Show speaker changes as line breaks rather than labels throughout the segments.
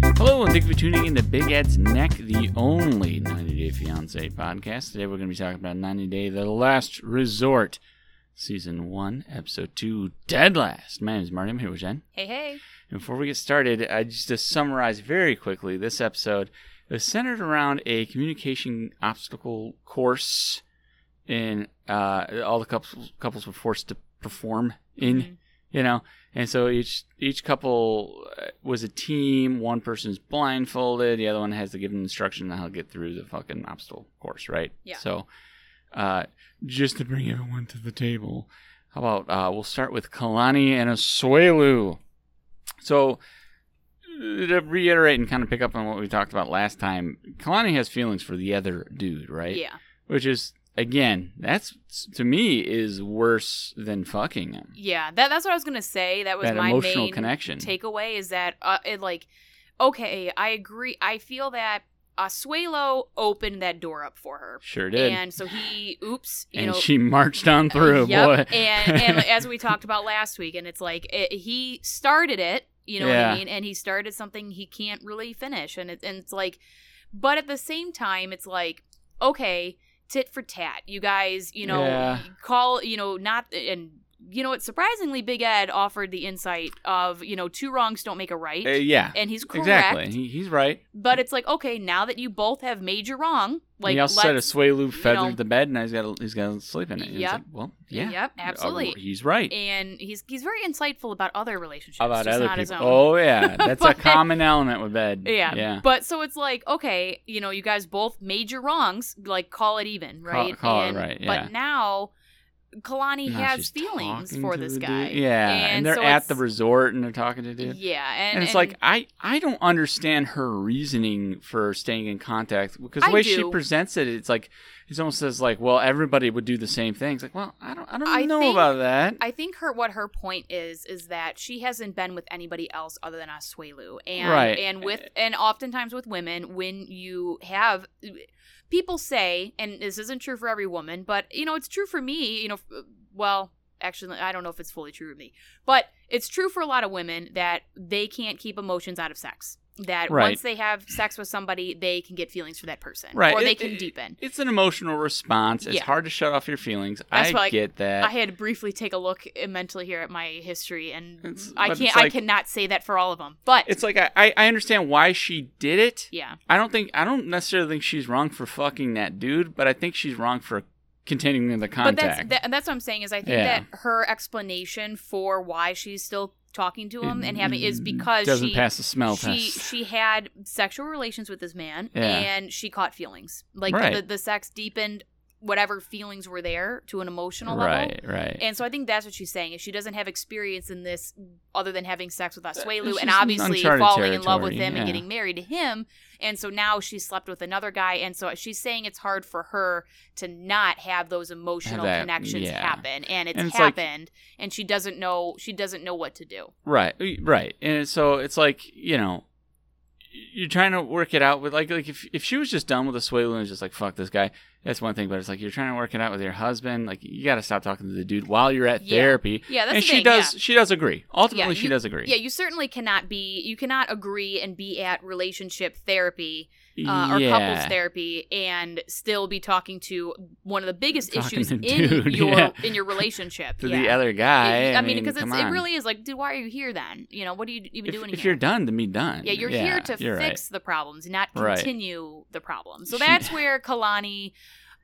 Thank you for tuning in to Big Ed's Neck, the only 90 Day Fiance podcast. Today we're going to be talking about 90 Day, The Last Resort, Season 1, Episode 2, Dead Last. My name is Marty. I'm here with Jen.
Hey, hey.
And Before we get started, I just to summarize very quickly this episode is centered around a communication obstacle course, and uh, all the couples couples were forced to perform in
Mhm.
you know and so each each couple uh, was a team one person's blindfolded the other one has to give them instruction on how to get through the fucking obstacle course right
Yeah.
so uh just to bring everyone to the table how about uh we'll start with kalani and Asuelu. so uh, to reiterate and kind of pick up on what we talked about last time kalani has feelings for the other dude right
Yeah.
which is again that's to me is worse than fucking him
Yeah. That, that's what I was going to say. That was
that
my
emotional
main
connection.
takeaway is that, uh, it, like, okay, I agree. I feel that Asuelo opened that door up for her.
sure did. And,
And so he, oops, you know.
she marched on through,
Yep.
boy.
and, and as we talked about last week, and it's like it, he started it, you know what
Yeah.
I mean? And he started something he can't really finish. And, it, and it's like, but at the same time, it's like, okay, tit for tat. You guys, you know,
Yeah.
call, you know, not, and you know what? Surprisingly, Big Ed offered the insight of, you know, two wrongs don't make a right.
Uh, yeah,
and he's correct.
exactly. He, he's right.
But it's like, okay, now that you both have made your wrong,
Like,
like,
he also said a
let's-
sway loop feathered
know-
the bed, and now he's got to, he's got to sleep in it. And it's
Yep.
like, well, yeah,
Yep,
Uh,
absolutely.
he's right
and he's he's very insightful about other relationships,
about
just
other
not his
people.
own.
Oh yeah, that's a
But-
common element with bed.
Yeah.
yeah.
But so it's like, okay, you know, you guys both made your wrongs, like call it even, right?
call it right, yeah.
But now Kalani
Now
has
she's
feelings
talking
for
to
this
the
guy.
dude. Yeah, and, they're
so
at the
it's-
resort and they're talking to dude.
Yeah,
And,
and,
it's like I, I don't understand her reasoning for staying in contact because the
I
way she
do.
presents it, it's like it's almost as like, well, everybody would do the same thing. It's like, well, I don't I don't
I
know
think-
about that.
I think her what her point is is that she hasn't been with anybody else other than Asuelu. And
Right.
and with and oftentimes with women when you have people say and this isn't true for every woman, but you know it's true for me, you know f- well, actually I don't know if it's fully true for me, but it's true for a lot of women that they can't keep emotions out of sex. That
Right.
once they have sex with somebody, they can get feelings for that person
Right.
or they
It-
can
it-
deepen.
it's an emotional response. It's
Yeah.
hard to shut off your feelings.
That's
I
why I-
get that.
I had to briefly take a look mentally here at my history, and
It's-
I
but
can't.
it's like-
I cannot say that for all of them, but
it's like I, I, I understand why she did it.
yeah,
I don't think I don't necessarily think she's wrong for fucking that dude, but I think she's wrong for continuing the
but
contact.
that's that, and that's what I'm saying is I think
Yeah.
that her explanation for why she's still talking to him um, and having is because
Mm, doesn't
she
pass the smell
she
test.
she had sexual relations with this man
Yeah.
and she caught feelings like
Right.
the, the sex deepened whatever feelings were there to an emotional level.
right, right.
And so I think that's what she's saying is she doesn't have experience in this other than having sex with Asuelu
Uh, she's in
and obviously
uncharted
falling in love with
territory,
him
yeah.
and getting married to him. And so now she slept with another guy. And so she's saying it's hard for her to not have those emotional
that-
connections
yeah.
happen. And it's,
And it's like-
happened and she doesn't know she doesn't know what to do.
Right, right, and so it's like you know, you're trying to work it out with like like if if she was just done with the Swaylu and was just like fuck this guy, that's one thing. But it's like you're trying to work it out with your husband. Like you got to stop talking to the dude while you're at
Yeah.
therapy.
Yeah, that's
and
the
she
thing,
does she does agree. Ultimately,
Yeah,
she
you-
does agree.
Yeah. yeah, you certainly cannot be you cannot agree and be at relationship therapy uh, or couples therapy and still be talking to one of the biggest
Talking
issues
to
in
dude,
your
yeah.
in your relationship.
to the
yeah.
other guy.
It- I mean, because
come
it's it
on.
really is like, dude, why are you here then? You know, what are you d- even
if,
doing
if
here?
you're done, then be done.
yeah, you're here to
you're right.
fix the problems, not
Right.
continue the problems. So
She-
that's where Kalani,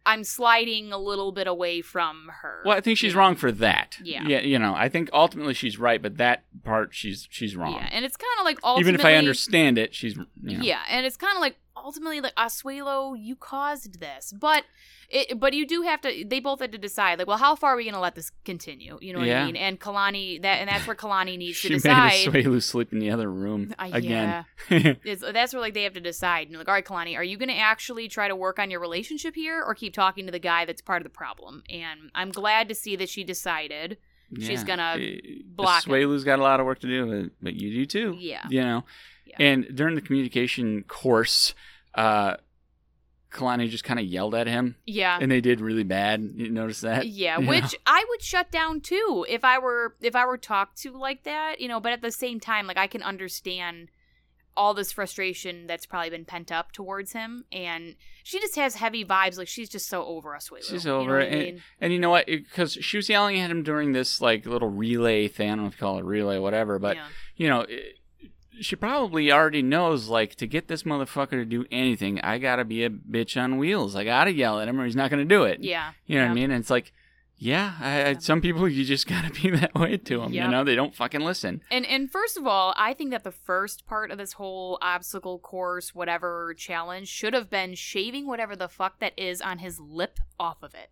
I'm sliding a little bit away from her.
Well, I think she's
you know?
wrong for that.
Yeah.
yeah, you know, I think ultimately she's right, but that part she's she's wrong.
Yeah, and it's kind of like ultimately,
Even if I understand it, she's you know.
Yeah, and it's kind of like ultimately like Asuelo, you caused this, but it, but you do have to. They both had to decide like, well, how far are we going to let this continue? You know what
Yeah.
I mean? And Kalani that and that's where Kalani needs
she
to decide.
made Asuelu sleep in the other room
Uh,
again.
It's, that's where like they have to decide. And like, all right, Kalani, are you going to actually try to work on your relationship here, or keep talking to the guy that's part of the problem? And I'm glad to see that she decided. She's gonna block him.
Asuelu's got a lot of work to do, but, but you do too.
Yeah.
You know?
Yeah.
And during the communication course, uh, Kalani just kind of yelled at him,
Yeah.
and they did really bad. You notice that?
yeah,
you know?
which I would shut down too if I were if I were talked to like that, you know. But at the same time, like I can understand all this frustration that's probably been pent up towards him, and she just has heavy vibes. Like she's just so over us. Wayla.
She's
You know
over
what I
it, eh, and-
mean?
And you know what? Because she was yelling at him during this like little relay thing. I don't know if you call it relay, whatever. But
Yeah.
you know, it, she probably already knows like to get this motherfucker to do anything, I gotta be a bitch on wheels. I gotta yell at him, or he's not gonna do it.
yeah,
You know what I
Yep.
mean? And it's like, yeah, I, I, some people you just gotta be that way to them.
Yep.
You know, they don't fucking listen.
And and first of all, I think that the first part of this whole obstacle course, whatever challenge, should have been shaving whatever the fuck that is on his lip off of it.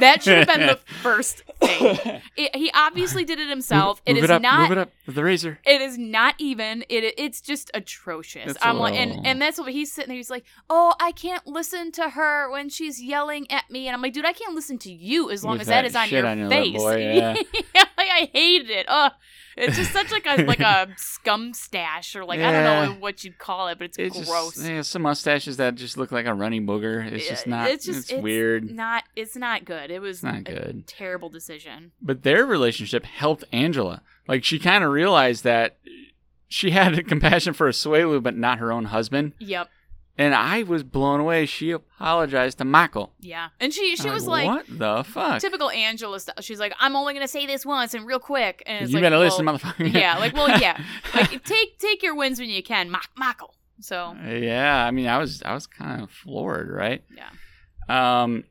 That should have been the first thing. It- he obviously did it himself.
move
It is
it up,
not.
move it up with the razor.
It is not even. It it's just atrocious.
It's a
I'm like,
little-
and and that's what he's sitting there. He's like, "Oh, I can't listen to her when she's yelling at me," and I'm like, "Dude, I can't listen to you as long
With
as that
that
is on
shit
your
on your lip,
face."
boy, yeah.
like, I hated it. Oh, it's just such like a like a scum stash or like I
Yeah.
don't know what you'd call it, but it's,
It's
gross.
just yeah, some mustaches that just look like a runny booger. It's just not. It's, weird.
Not. It's not good. It was
It's not
a
good.
terrible decision.
but their relationship helped Angela. Like she kind of realized that she had compassion for Asuelu, but not her own husband.
Yep.
And I was blown away. She apologized to Michael.
Yeah. And she she
I'm
was like.
"What the fuck?
Typical Angela stuff. She's like, I'm only gonna say this once and real quick. And it's
you
like,
better
well,
listen, motherfucker."
yeah, like, well, yeah. like take take your wins when you can, Mac Mackle. So
yeah. I mean, I was I was kind of floored, right?
yeah,
Um,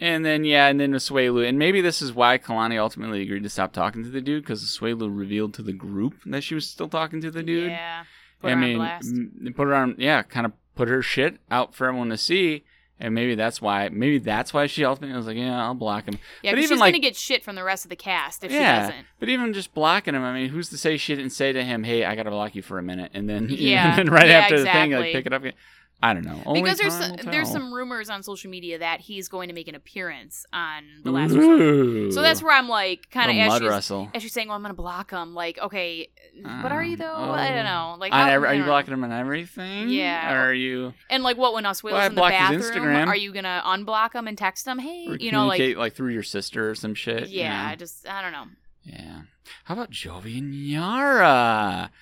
and then yeah, and then Asuelu, and maybe this is why Kalani ultimately agreed to stop talking to the dude because Asuelu revealed to the group that she was still talking to the dude.
yeah. Put her
I
on
mean,
blast.
m- put her on, yeah, kind of put her shit out for everyone to see, and maybe that's why, maybe that's why she ultimately was like, yeah, I'll block him.
yeah,
but
'cause
even
she's
like-
gonna get shit from the rest of the cast if
Yeah.
she doesn't.
But even just blocking him, I mean, who's to say she didn't say to him, hey, I gotta block you for a minute, and then
Yeah.
and then right
Yeah,
after the thing,
exactly.
like pick it up. again. I don't know. Only
Because there's
time
some,
will
there's
tell.
some rumors on social media that he's going to make an appearance on the last. Resort.
Ooh.
So that's where I'm like, kind of
Little
as
mud
she's,
wrestle.
as she's saying, "Well, I'm gonna block him." Like, okay, but are you
Uh,
though? I
oh.
don't know. Like,
On
how-
every-
I
are you
don't know.
blocking him on everything?
Yeah.
Or are you
And like, what when us
Well, I
in the
blocked his
bathroom?
Instagram.
Are you gonna unblock him and text him? Hey,
or
you know, like,
communicate, like through your sister or some shit? you
yeah,
know?
I just I don't know.
Yeah. How about Jovi and Yara?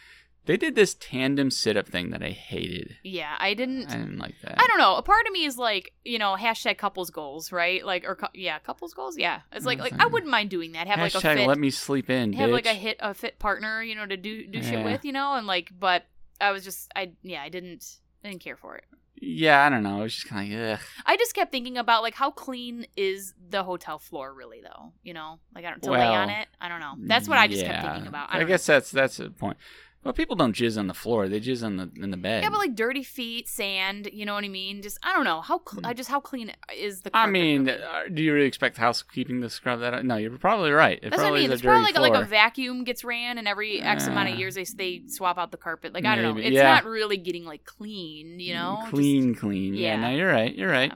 They did this tandem sit up thing that I hated.
Yeah, I
I
didn't.
didn't like that.
I don't know. A part of me is like, you know, hashtag couples goals, right? Like, or cou- yeah, couples goals. Yeah, it's like, like I wouldn't mind doing that. Have like a
Hashtag
fit,
let me sleep in,
have
bitch.
like a hit a fit partner, you know, to do do
Yeah.
shit with, you know, and like, but I was just, I yeah, I didn't, I didn't care for it.
yeah, I don't know. It was just kind of like, ugh.
I just kept thinking about like how clean is the hotel floor really, though, you know, like I don't to lay on
Well,
it. I don't know. That's what I just kept
Yeah.
thinking about.
I,
don't know.
guess that's that's the point. Well, people don't jizz on the floor; they jizz on the in the bed.
Yeah, but like dirty feet, sand, you know what I mean? Just I don't know how cl- I just how clean is the.
Hmm. I
carpet
mean,
really?
uh, do you really expect housekeeping to scrub that? Out? No, you're probably right. It
That's what I
probably
mean.
is a
It's
dirty
probably like, like
floor.
a vacuum gets ran, and every X amount of
Yeah.
years they they swap out the carpet. Like I don't know.
Maybe,
It's
yeah.
not really getting like clean, you know. Just-
clean clean yeah,
Yeah.
no you're right you're right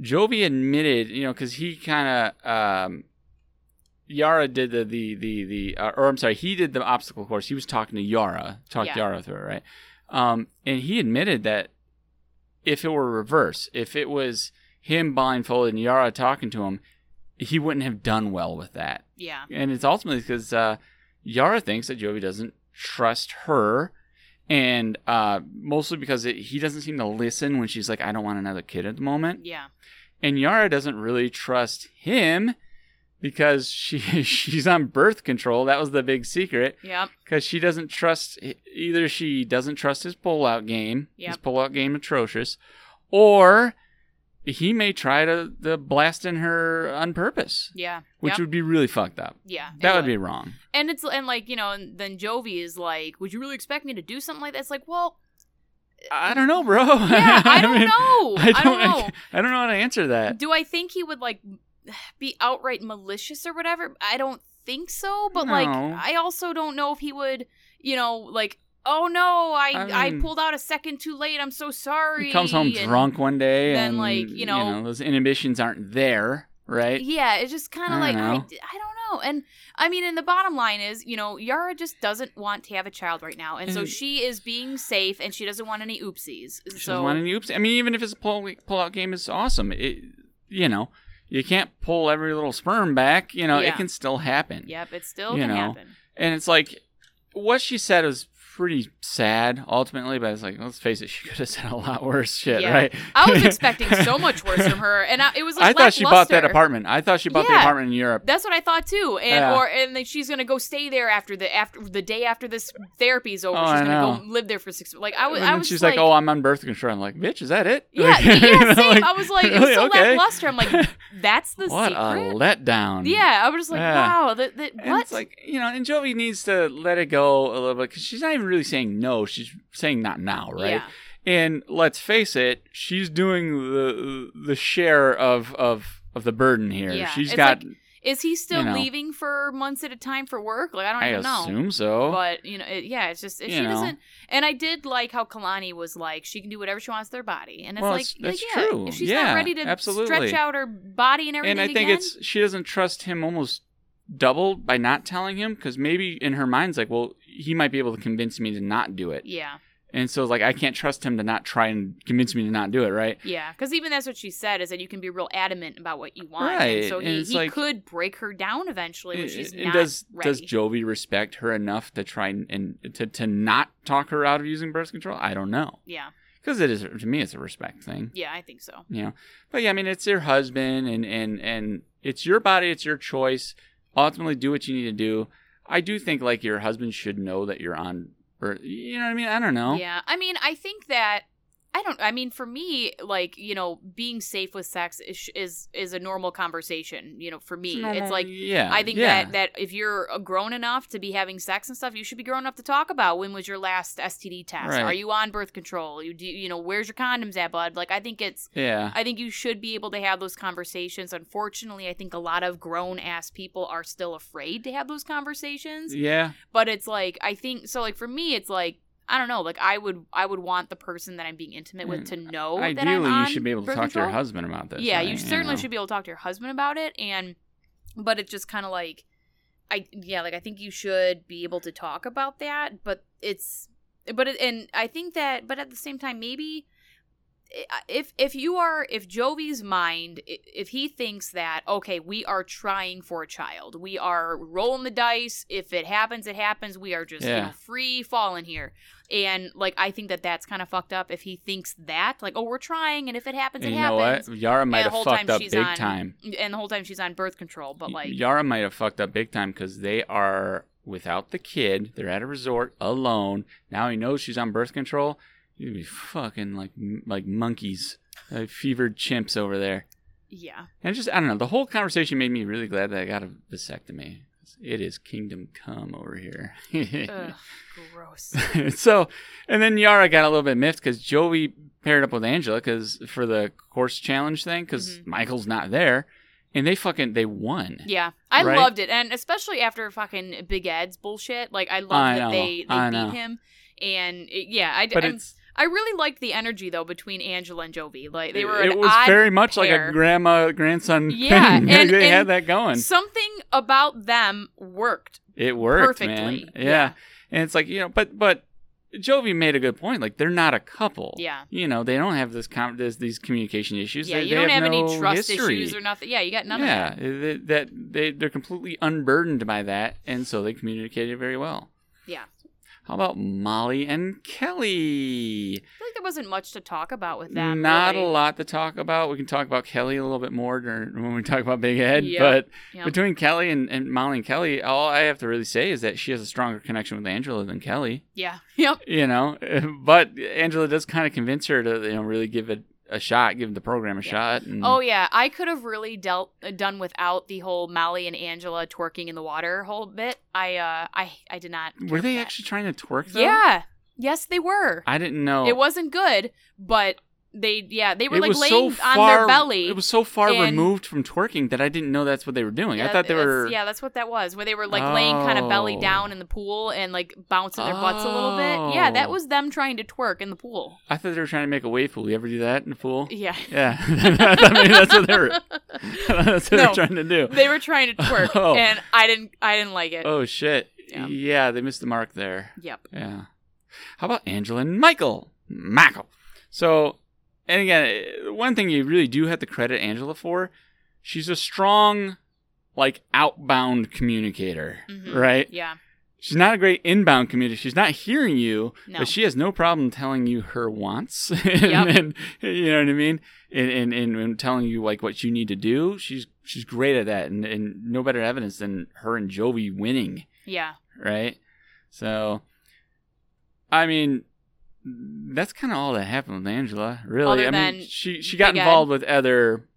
jovi admitted you know because he kind of um yara did the the the, the uh, or i'm sorry he did the obstacle course he was talking to yara talked
Yeah.
yara through it right um and he admitted that if it were reverse if it was him blindfolded and yara talking to him he wouldn't have done well with that
yeah.
and it's ultimately because uh, Yara thinks that Jovi doesn't trust her, and uh, mostly because it, he doesn't seem to listen when she's like, "I don't want another kid at the moment,"
Yeah.
and Yara doesn't really trust him because she she's on birth control. That was the big secret
Yeah.
because she doesn't trust e, either. She doesn't trust his pullout game. His
Yep.
pullout game atrocious, or he may try to, to blast in her on purpose,
Yeah.
which
Yep.
would be really fucked up.
yeah. it
That would be wrong.
And it's and like you know, and then Jovi is like, "Would you really expect me to do something like that?" It's like, well,
I don't know, bro.
yeah, I don't
mean,
know.
I don't, I
know.
ca- I, don't know how to answer that.
Do I think he would like be outright malicious or whatever? I don't think so, but
No.
like I also don't know if he would, you know, like oh no, I
I
I,
mean-
pulled out a second too late. I'm so sorry.
He comes home
and-
drunk one day,
then,
and
like, you know-
those inhibitions aren't there, right?
Yeah, it's just kind
I
of like
don't
I, I
know.
don't know. And I mean, and the bottom line is, you know, Yara just doesn't want to have a child right now, and, so
And-
she is being safe, and she doesn't want any oopsies.
She doesn't
so
want any oops. I mean, even if his pull pull-out game is awesome, it you know you can't pull every little sperm back. You know
Yeah.
it can still happen.
yep, it still
you
can
know,
happen.
And it's like what she said was pretty sad ultimately, but it's like, let's face it, she could have said a lot worse shit,
Yeah.
right?
I was expecting so much worse from her, and I, it was. Like
I thought she bought that
lackluster.
apartment. I thought she bought the
Yeah.
apartment in Europe.
That's what I thought too, and
Yeah.
or and then she's gonna go stay there after the after the day after this therapy's over.
Oh,
she's
I
gonna
know.
go live there for six. Like I was,
and
I
then
was
she's
like,
like, "Oh, I'm on birth control." I'm like, "Bitch, is that it?"
yeah,
Like,
yeah,
you know,
same. I was like, it
really?
was so
Okay.
lackluster. I'm like, that's the
what
secret.
a letdown.
yeah, I was just like,
Yeah.
wow, that, that
And
what?
It's like you know, and Jovi needs to let it go a little bit because she's not even really saying no. She's saying not now, right?
Yeah.
And let's face it, she's doing the the share of of of the burden here.
Yeah.
She's
It's
got.
Is he still
you know.
leaving for months at a time for work? Like I don't
I
even know.
assume so.
But you know, it, yeah, it's just it,
You
she
know.
doesn't. And I did like how Kalani was like, she can do whatever she wants with her body, and it's
Well,
like,
it's-
like,
that's
yeah,
true.
if she's
Yeah,
not ready to
absolutely.
stretch out her body and everything,
and I think
again,
it's she doesn't trust him almost double by not telling him because maybe in her mind's like, well, he might be able to convince me to not do it,
yeah,
and so like I can't trust him to not try and convince me to not do it, right?
yeah, because even that's what she said is that you can be real adamant about what you want,
Right,
and so
and
he,
it's
he
like-
could break her down eventually when she's
And
not
does
ready.
does Jovi respect her enough to try and, and to to not talk her out of using birth control? I don't know
yeah,
because it is to me it's a respect thing,
yeah, I think so.
you know. But yeah, I mean it's your husband and and and it's your body, it's your choice. Ultimately, do what you need to do. I do think like your husband should know that you're on birth. You know what I mean? I don't know.
Yeah. I mean, I think that I don't I mean, for me, like, you know, being safe with sex is is, is a normal conversation, you know, for me. It's,
normal-
like
yeah,
I think
yeah.
that that if you're uh, grown enough to be having sex and stuff, you should be grown enough to talk about when was your last STD test?
Right.
Are you on birth control? You do you know, where's your condoms at, bud? Like I think it's
yeah.
I think you should be able to have those conversations. Unfortunately, I think a lot of grown ass people are still afraid to have those conversations
Yeah,
but it's like i think so like for me it's like i don't know like i would i would want the person that i'm being intimate with to know that i'm
Hmm. ideally
on
you should be able to
birth
talk to your
control.
husband about this.
yeah
right?
you certainly
know.
should be able to talk to your husband about it and but it's just kind of like i yeah like i think you should be able to talk about that but it's but it, and i think that but at the same time maybe eh, if if you are if Jovi's mind i- if he thinks that okay we are trying for a child we are rolling the dice if it happens it happens we are just you
Yeah.
know free falling here and like I think that that's kind of fucked up if he thinks that like oh we're trying and if it happens
And
it
you know
happens
what? Yara might
the
have
whole
fucked
time
up
she's
big
on-
time.
and the whole time she's on birth control but like
Yara might have fucked up big time because they are without the kid. They're at a resort alone. Now he knows she's on birth control. You'd be fucking like like monkeys, like fevered chimps over there.
yeah
And just I don't know. The whole conversation made me really glad that I got a vasectomy. It is kingdom come over here.
Ugh, gross
so, and then Yara got a little bit miffed because Joey paired up with Angela because for the course challenge thing because
Mhm.
Michael's not there, and they fucking they won.
Yeah, I
Right?
loved it, and especially after fucking Big Ed's bullshit. Like I loved
I know,
that they
I
they
know.
beat him, and it- yeah, I
But
I'm-
it's
I really liked the energy though between Angela and Jovi. Like they were
it
an
was
odd
very much like a
pair.
grandma grandson
Yeah,
thing. They-
and-
they had
and
that going.
something about them worked.
It worked,
perfectly.
man. Yeah. and it's like you know, but but Jovi made a good point. Like they're not a couple.
Yeah.
you know they don't have this, com- this these communication issues.
Yeah,
They-
you
they
don't have,
no
any trust
history.
issues or nothing. Yeah, you got none
yeah,
of that.
th- that they they're completely unburdened by that, and so they communicated very well.
Yeah,
How about Molly and Kelly?
I feel like there wasn't much to talk about with them.
Not
really.
a lot to talk about. We can talk about Kelly a little bit more during, when we talk about Big Ed,
Yeah.
but
Yeah.
between Kelly and, and Molly and Kelly, all I have to really say is that she has a stronger connection with Angela than Kelly.
yeah, yep.
You know, but Angela does kind of convince her to you know really give it a shot, give the program a
Yeah.
shot. And,
Oh yeah, I could have really dealt uh, done without the whole Molly and Angela twerking in the water whole bit. I uh I I did not. care
were
for
they
that.
actually trying to twerk? Though?
Yeah. Yes, they were.
I didn't know.
It wasn't good, but they yeah they were
It
like
was
laying
so
on their
far-
belly.
It was so far
and-
removed from twerking that I didn't know that's what they were doing. I
Yeah,
thought they
that's-
were.
yeah, that's what that was. Where they were like laying kind of belly
Oh.
down in the pool and like bouncing their butts a little bit. Yeah, that
Oh.
was them trying to twerk in the pool.
I thought they were trying to make a wave pool. You ever do that in the pool?
Yeah.
Yeah, I thought maybe that's what they were. that's what they were
No.
trying to do.
They were trying to twerk
Oh.
and I didn't I didn't like it.
Oh shit! Yeah.
Yeah.
they missed the mark there.
Yep.
Yeah. How about Angela and Michael? Michael. So, and again, eh, one thing you really do have to credit Angela for, she's a strong, like outbound communicator,
Mhm.
right?
Yeah.
She's not a great inbound communicator. She's not hearing you,
No.
but she has no problem telling you her wants.
Yep.
and, and you know what I mean? And, and, and and telling you like what you need to do. She's she's great at that and, and no better evidence than her and Jovi winning,
Yeah.
right? So I mean that's kind of all that happened with Angela, really.
Other
I mean,
than
she she got
Big Ed.
involved with other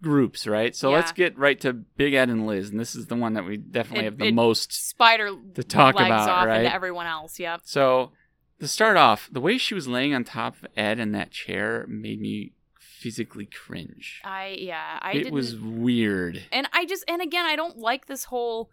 groups, right? So
Yeah.
let's get right to Big Ed and Liz, and this is the one that we definitely
It-
have the
it-
most
Spider
to talk
legs
about,
off
right?
into everyone else. Yep.
So to start off, the way she was laying on top of Ed in that chair made me physically cringe.
I yeah. I
it
didn't,
was weird.
And I just and again, I don't like this whole.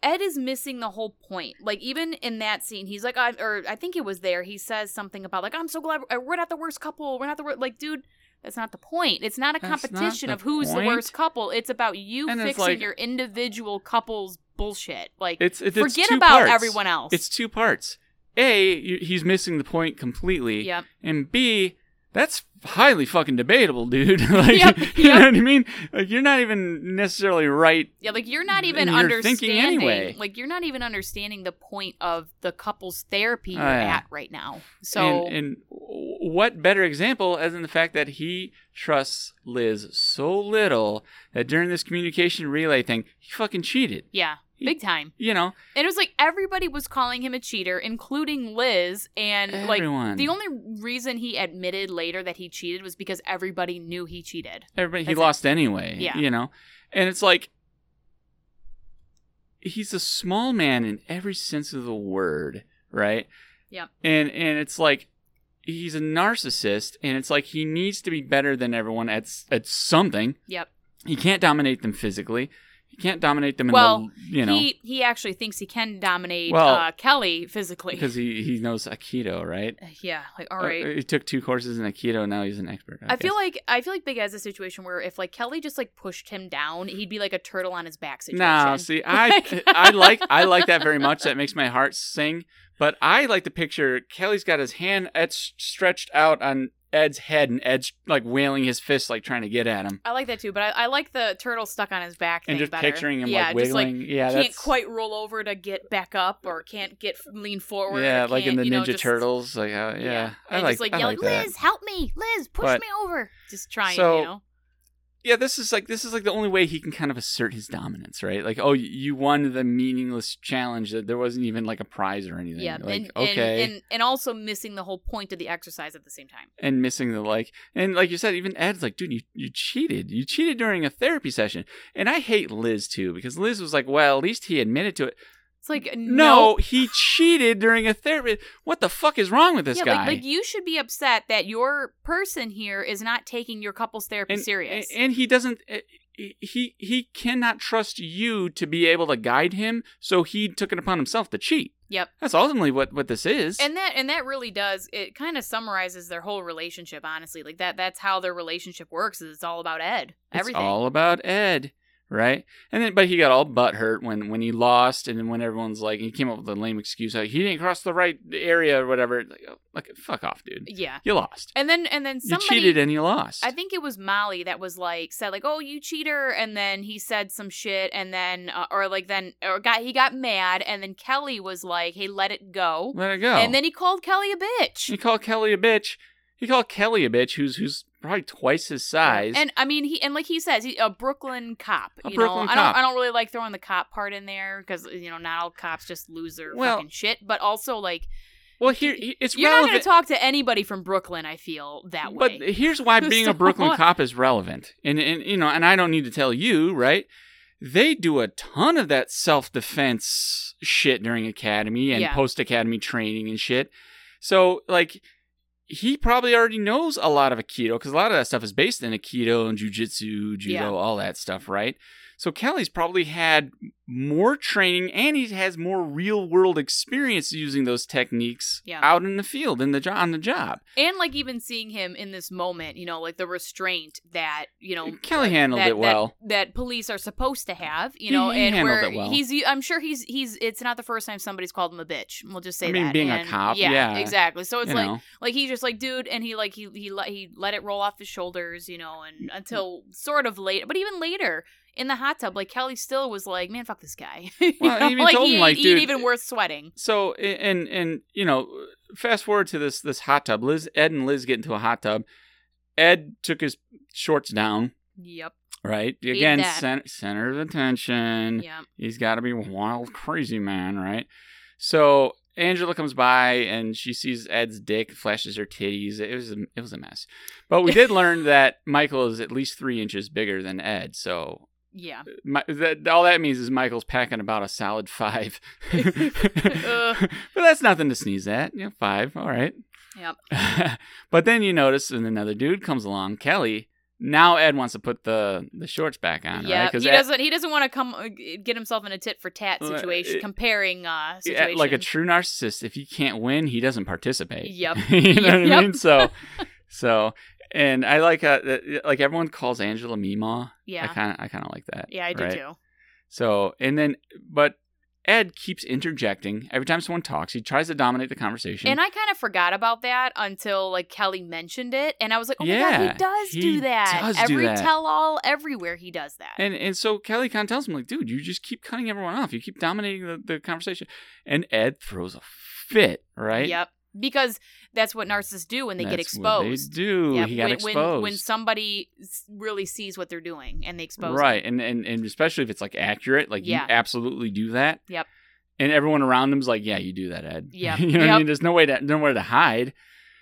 Ed is missing the whole point. Like even in that scene, he's like, I or I think it was there. He says something about like, I'm so glad we're, we're not the worst couple. We're not the worst. Like, dude. That's not the point. It's not a
That's not
competition
the
of who's
point.
the worst couple. It's about you
And it's
fixing
like-
your individual couple's bullshit. Like,
It's, it's it's
forget
two
about
parts.
everyone else.
It's two parts. A, you- he's missing the point completely.
Yep.
And B, that's highly fucking debatable, dude. like,
Yep,
you know
yep.
what I mean? Like, you're not even necessarily right.
Yeah, like you're not even
in your
understanding.
thinking anyway.
Like you're not even understanding the point of the couple's therapy
Oh,
you're
yeah.
at right now. So
and, and what better example as in the fact that he trusts Liz so little that during this communication relay thing, he fucking cheated.
yeah,
He-
big time.
You know,
And it was like everybody was calling him a cheater, including Liz. And
Everyone.
like the only reason he admitted later that he cheated was because everybody knew he cheated.
everybody he
That's it.
lost anyway.
Yeah.
You know, and it's like he's a small man in every sense of the word, right?
Yep.
And and it's like he's a narcissist, and it's like he needs to be better than everyone at s- at something.
Yep.
He can't dominate them physically. He can't dominate them in
Well,
the you know
He he actually thinks he can dominate
Well,
uh, Kelly physically.
because he he knows aikido, right?
yeah. Like all
Uh,
right.
he took two courses in aikido. Now he's an expert.
I
guess.
feel like I feel like Big Ed's a situation where if like Kelly just like pushed him down, he'd be like a turtle on his back situation.
No, see, I I like I like that very much. That makes my heart sing. But I like the picture. Kelly's got his hand et- stretched out on Ed's head, and Ed's like wailing his fist, like trying to get at him,
I like that too, but I, I like the turtle stuck on his back
and
thing
just
better.
picturing him
yeah,
like
just like
wiggling. yeah,
can't
that's
quite roll over to get back up, or can't get lean forward.
yeah,
or
like in
can't,
the
you know,
Ninja
just-
Turtles. Like uh, yeah, I
and
like
just like
I
yelling,
like that.
Liz, help me, Liz, push
But-
me over. Just trying,
So-
you know.
yeah, this is like this is like the only way he can kind of assert his dominance, right? Like, oh, y- you won the meaningless challenge that there wasn't even like a prize or anything.
Yeah,
like
and,
okay,
and, and and also missing the whole point of the exercise at the same time.
and missing the like and like you said even ed's like dude you, you cheated you cheated during a therapy session and i hate liz too because liz was like well at least he admitted to it
It's like
no, he cheated during a therapy what the fuck is wrong with this
yeah,
guy
Like, like you should be upset that your person here is not taking your couples therapy
and,
serious.
and and he doesn't eh, he he cannot trust you to be able to guide him so he took it upon himself to cheat
yep.
that's ultimately what what this is
And that and that really does it kind of summarizes their whole relationship, honestly. Like that that's how their relationship works, is it's all about Ed. Everything.
It's all about Ed, right? And then, but he got all butt hurt when when he lost, and then when everyone's like, he came up with a lame excuse, like he didn't cross the right area or whatever. Like, oh, like fuck off, dude.
yeah.
You lost.
And then and then somebody
you cheated and you lost.
I think it was Molly that was like said like oh you cheater and then he said some shit and then uh, or like then or got he got mad and then Kelly was like hey let it go
Let it go.
and then he called Kelly a bitch
he called Kelly a bitch. He called Kelly a bitch, who's who's probably twice his size.
And I mean, he and like he says, he, a Brooklyn cop.
A
you
Brooklyn
know, I
cop.
don't, I don't really like throwing the cop part in there because you know not all cops just lose their
Well-
fucking shit. But also, like,
well, here he- it's
you're not going
relevant.
to talk to anybody from Brooklyn. I feel that
but
way.
here's why being a
So
Brooklyn
what?
cop is relevant, and and you know, and I don't need to tell you, right? They do a ton of that self defense shit during academy and
Yeah.
post academy training and shit. So like, he probably already knows a lot of aikido because a lot of that stuff is based in aikido and jujitsu, judo,
Yeah.
all that stuff, right? So Kelly's probably had more training and he has more real world experience using those techniques
Yeah.
out in the field in the jo- on the job.
and like even seeing him in this moment, you know, like the restraint that you know
Kelly handled
that,
it well.
that that police are supposed to have, you
He-
know,
he
and
handled
where
it well.
he's I'm sure he's he's it's not the first time somebody's called him a bitch. We'll just say
I mean,
that.
being a
And
cop, yeah.
exactly. So it's
you
like
know.
like he's just like dude and he like
Mm-hmm.
he he let, he let it roll off his shoulders you know and until sort of late but even later in the hot tub, like Kelly still was like, "Man, fuck this guy."
Well, I even
like
told
he,
him, like,
he
dude-
ain't even worth sweating.
So a- and and you know, fast forward to this this hot tub. Liz, Ed, and Liz get into a hot tub. Ed took his shorts down.
Yep.
Right
Hated
again,
that.
center, center of attention.
Yeah.
He's got to be wild, crazy man, right? So Angela comes by and she sees Ed's dick, flashes her titties. It was a, it was a mess, but we did learn that Michael is at least three inches bigger than Ed. So
Yeah.
my, that, all that means is Michael's packing about a solid five.
Ugh.
but that's nothing to sneeze at. You know, five, all right. Yep. but then you notice, and another dude comes along, Kelly. Now Ed wants to put the the shorts back on,
yeah.
right? 'Cause
he
Ed-
doesn't. He doesn't want to come uh, get himself in a tit for tat
Well, uh,
situation.
it-
comparing uh,
Yeah,
situation.
like a true narcissist, if he can't win, he doesn't participate.
Yep.
you know what I
Yep.
mean? So, so, and I like uh, that- like everyone calls Angela Mima. I
yeah.
kind of I kind of like that.
Yeah, I do
right?
too.
So, and then but Ed keeps interjecting every time someone talks. He tries to dominate the conversation.
And I kind of forgot about that until like Kelly mentioned it, and I was like, "Oh my god,
Yeah,
he does
he
do that!
does do
Every
that.
tell-all, everywhere he does that."
and and so Kelly kind of tells him like, dude, you just keep cutting everyone off. You keep dominating the, the conversation. And Ed throws a fit. Right.
Yep, because that's what narcissists do when they get
That's what they
exposed.
do.
Yeah,
he got
when,
exposed.
When, when somebody s- really sees what they're doing and they expose it.
right and, and and especially if it's like accurate like
Yeah.
you absolutely do that
Yep.
and everyone around them's like yeah you do that ed
Yep.
you know what i
Yep.
mean there's no way to nowhere to hide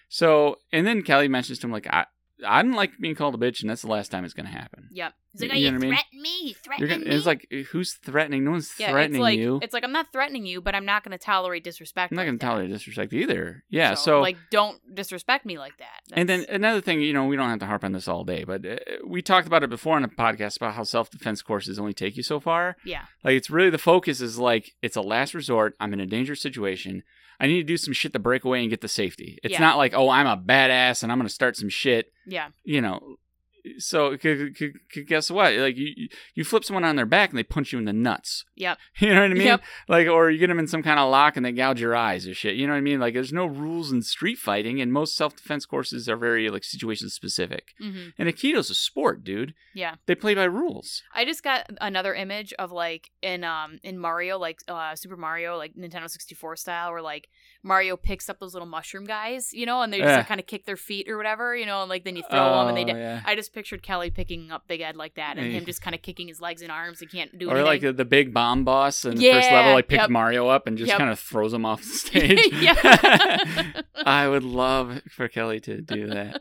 so and then kelly mentions to him like i i don't like being called a bitch and that's the last time it's gonna happen
Yep. He's
You-
like, "Oh,
you
you
know what I mean?
threaten me? You
you're
threaten
gonna,
me?"
it's like who's threatening no one's
yeah,
threatening
it's like,
you
It's like I'm not threatening you, but I'm not going to tolerate disrespect.
i'm not
like
gonna
that.
tolerate disrespect either yeah so,
like, don't disrespect me like that.
and then
That's-
another thing, you know, we don't have to harp on this all day, but uh, we talked about it before on a podcast about how self defense courses only take you so far.
yeah,
Like it's really the focus is like it's a last resort. I'm in a dangerous situation. I need to do some shit to break away and get to safety. It's
Yeah.
not like oh I'm a badass and I'm gonna start some shit.
yeah,
You know, so c- c- c- guess what? Like you you flip someone on their back and they punch you in the nuts.
Yep.
You know what I mean?
Yep.
Like or you get them in some kind of lock and they gouge your eyes or shit. You know what I mean? Like there's no rules in street fighting and most self defense courses are very like situation specific.
hmm
And aikido's a sport, dude.
yeah.
They play by rules.
I just got another image of like in um in Mario, like uh Super Mario, like Nintendo sixty four style, where like Mario picks up those little mushroom guys, you know, and they just
Yeah.
like, kind of kick their feet or whatever, you know, and like then you throw them and they.
Eh. Oh,
di-
yeah.
I just pictured Kelly picking up Big Ed like that, and
Yeah.
him just kind of kicking his legs and arms. He can't do
or like
anything.
the, the big bomb boss in the first
Yeah,
level, like picks
yep.
Mario up and just
Yep.
kind of throws him off the stage.
Yeah.
I would love for Kelly to do that.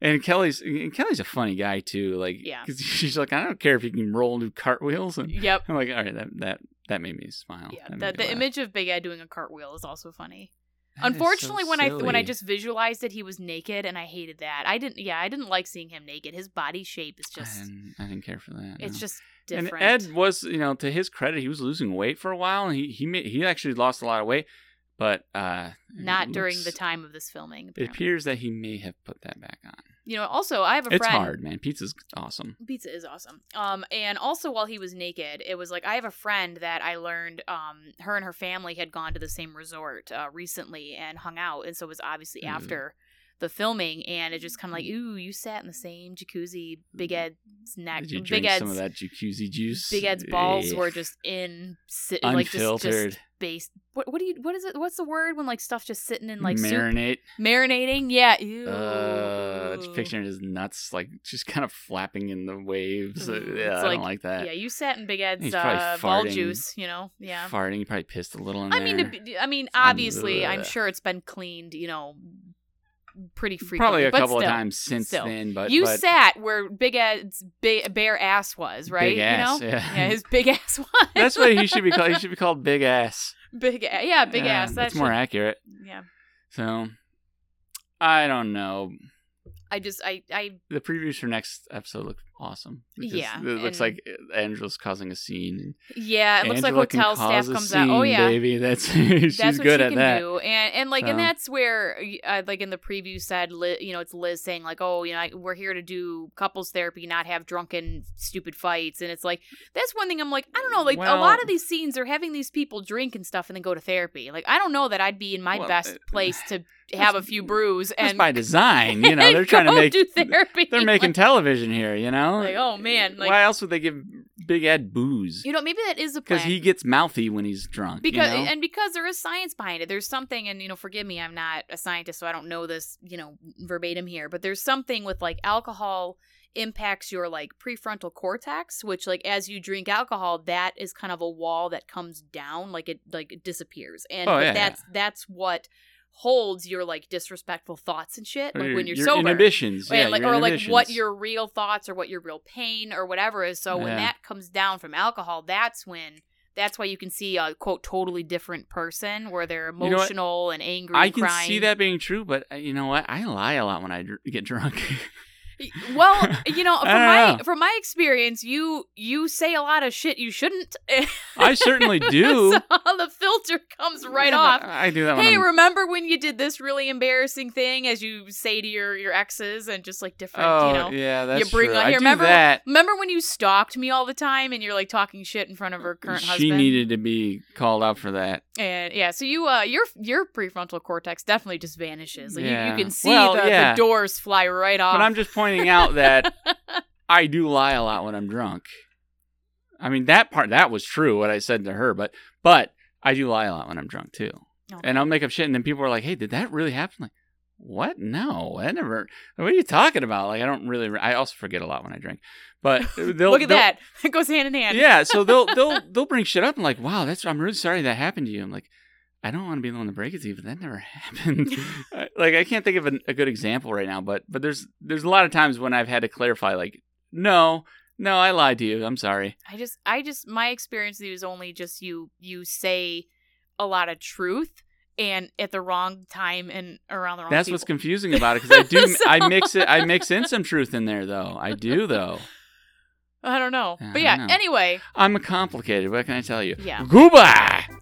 And Kelly's and Kelly's a funny guy too. Like,
Yeah.
'cause she's like, I don't care if you can roll and do cartwheels, and
yep.
I'm like, all right, that that that made me smile.
Yeah,
That
the,
made me
the
laugh.
image of Big Ed doing a cartwheel is also funny.
That is so
Unfortunately, when I when I
silly.
just visualized it, he was naked, and I hated that. I didn't. Yeah, I didn't like seeing him naked. His body shape is
I
just.
didn't, I didn't care for that.
It's
no.
just different.
And Ed was, you know, to his credit, he was losing weight for a while, and he he ma- he actually lost a lot of weight, but uh, it
not during the
looks-
time of this filming.
It
apparently.
appears that he may have put that back on.
You know, also I have a
It's
friend.
hard, man. Pizza's awesome.
Pizza is awesome. Um, and also while he was naked, it was like I have a friend that I learned um, her and her family had gone to the same resort uh, recently and hung out, and so it was obviously
Ooh.
after the filming, and it just kind of
Mm.
like, ooh, you sat in the same jacuzzi, Big Ed's neck,
Did you drink
Big Ed's,
some of that jacuzzi juice?
Big Ed's balls
Eh,
were just in, si- like just,
unfiltered,
just based. What, what do you? What is it? What's the word when like stuff's just sitting in like soup,
marinate.
marinating? Yeah, ew.
Uh, just picturing his nuts like just kind of flapping in the waves. Uh,
Mm,
yeah,
it's
I
like-
don't like that.
Yeah, you sat in Big Ed's
He's probably
uh, ball
farting.
juice, you know. Yeah.
farting. He probably pissed a little in
I
there.
mean, to be, I mean,
Um,
obviously, I'm
ugh.
sure it's been cleaned, you know, pretty frequently.
probably a
but
couple
still,
of times since
still.
then. But
you
but
sat where Big Ed's ba- bare ass was, right?
Big ass,
you know,
yeah.
his big ass was.
That's what he should be called. He should be called Big Ass.
big, a- yeah, big
Yeah,
ass. That
That's more
should-
accurate.
Yeah,
So, I don't know.
I just, I, I,
the previews for next episode look awesome. because
Yeah,
it looks
and-
like Angela's causing a scene.
yeah, it looks
Angela
like
can
hotel staff
cause a
comes out. Oh
scene,
yeah,
baby, that's she's
that's what
good
she
at
can
that.
do and and like
So-
and that's where uh, like in the preview said Li- you know it's liz saying like oh you know I, we're here to do couples therapy not have drunken stupid fights and it's like that's one thing i'm like i don't know like a lot
Well-
of these scenes are having these people drink and stuff and then go to therapy like i don't know that i'd be in my
Well,
best
uh,
place to
that's-
have a few brews
That's
and
by design, you know. They're trying to
go
make
do therapy
they're making television here, you know. know?
Like, oh man, like
Why else would they give Big Ed booze?
you know, maybe that is the plan.
Because he gets mouthy when he's drunk. you
because
know?
and because there is science behind it there's something and you know forgive me i'm not a scientist so i don't know this you know verbatim here but there's something with like alcohol impacts your like prefrontal cortex which like as you drink alcohol that is kind of a wall that comes down like it like it disappears and
Oh,
but
yeah,
that's that's what holds your like disrespectful thoughts and shit
Or
like
your-
when you're
your
sober
Inhibitions.
Right,
yeah,
like,
your
or like what
inhibitions.
your real thoughts or what your real pain or whatever is. So when
Yeah.
that comes down from alcohol, that's when that's why you can see a quote totally different person where they're
know what?
emotional and angry.
I
and
can
crying.
see that being true, but uh, you know what? I lie a lot when I dr- get drunk.
Well, you know, from
I
my
don't know.
from my experience, you you say a lot of shit you shouldn't.
I certainly do.
so the filter comes right
Yeah,
off.
but I do that. When
Hey,
I'm,
remember when you did this really embarrassing thing as you say to your your exes and just like different,
oh
you know?
yeah, that's
bring
true.
on
I
here,
do
remember-
that.
Remember when you stalked me all the time and you're like talking shit in front of her current
she
husband?
needed to be called out for that.
and yeah, so you uh your your prefrontal cortex definitely just vanishes. Like, you,
Yeah.
you can see
Well,
the,
yeah.
the doors fly right off.
But I'm just pointing out that I do lie a lot when I'm drunk. I mean that part that was true what I said to her, but but I do lie a lot when I'm drunk too.
Okay.
And I'll make up shit, and then people are like, "Hey, did that really happen?" Like, what? No, that never. What are you talking about? Like, I don't really. I also forget a lot when I drink, but they'll
Look at
they'll-
that. It goes hand in hand.
Yeah, so they'll they'll they'll bring shit up and like, wow, that's I'm really sorry that happened to you. I'm like, I don't want to be the one to break it to you, but that never happened. I- like I can't think of an, a good example right now, but but there's there's a lot of times when I've had to clarify like, no, no, I lied to you. I'm sorry.
I just I just my experience with you is only just you you say a lot of truth and at the wrong time and around the wrong
That's
people.
what's confusing about it because I do
So-
I mix it I mix in some truth in there though. I do though.
I don't know.
Yeah,
but
I
yeah,
know.
anyway,
I'm complicated. What can I tell you?
yeah.
Goodbye.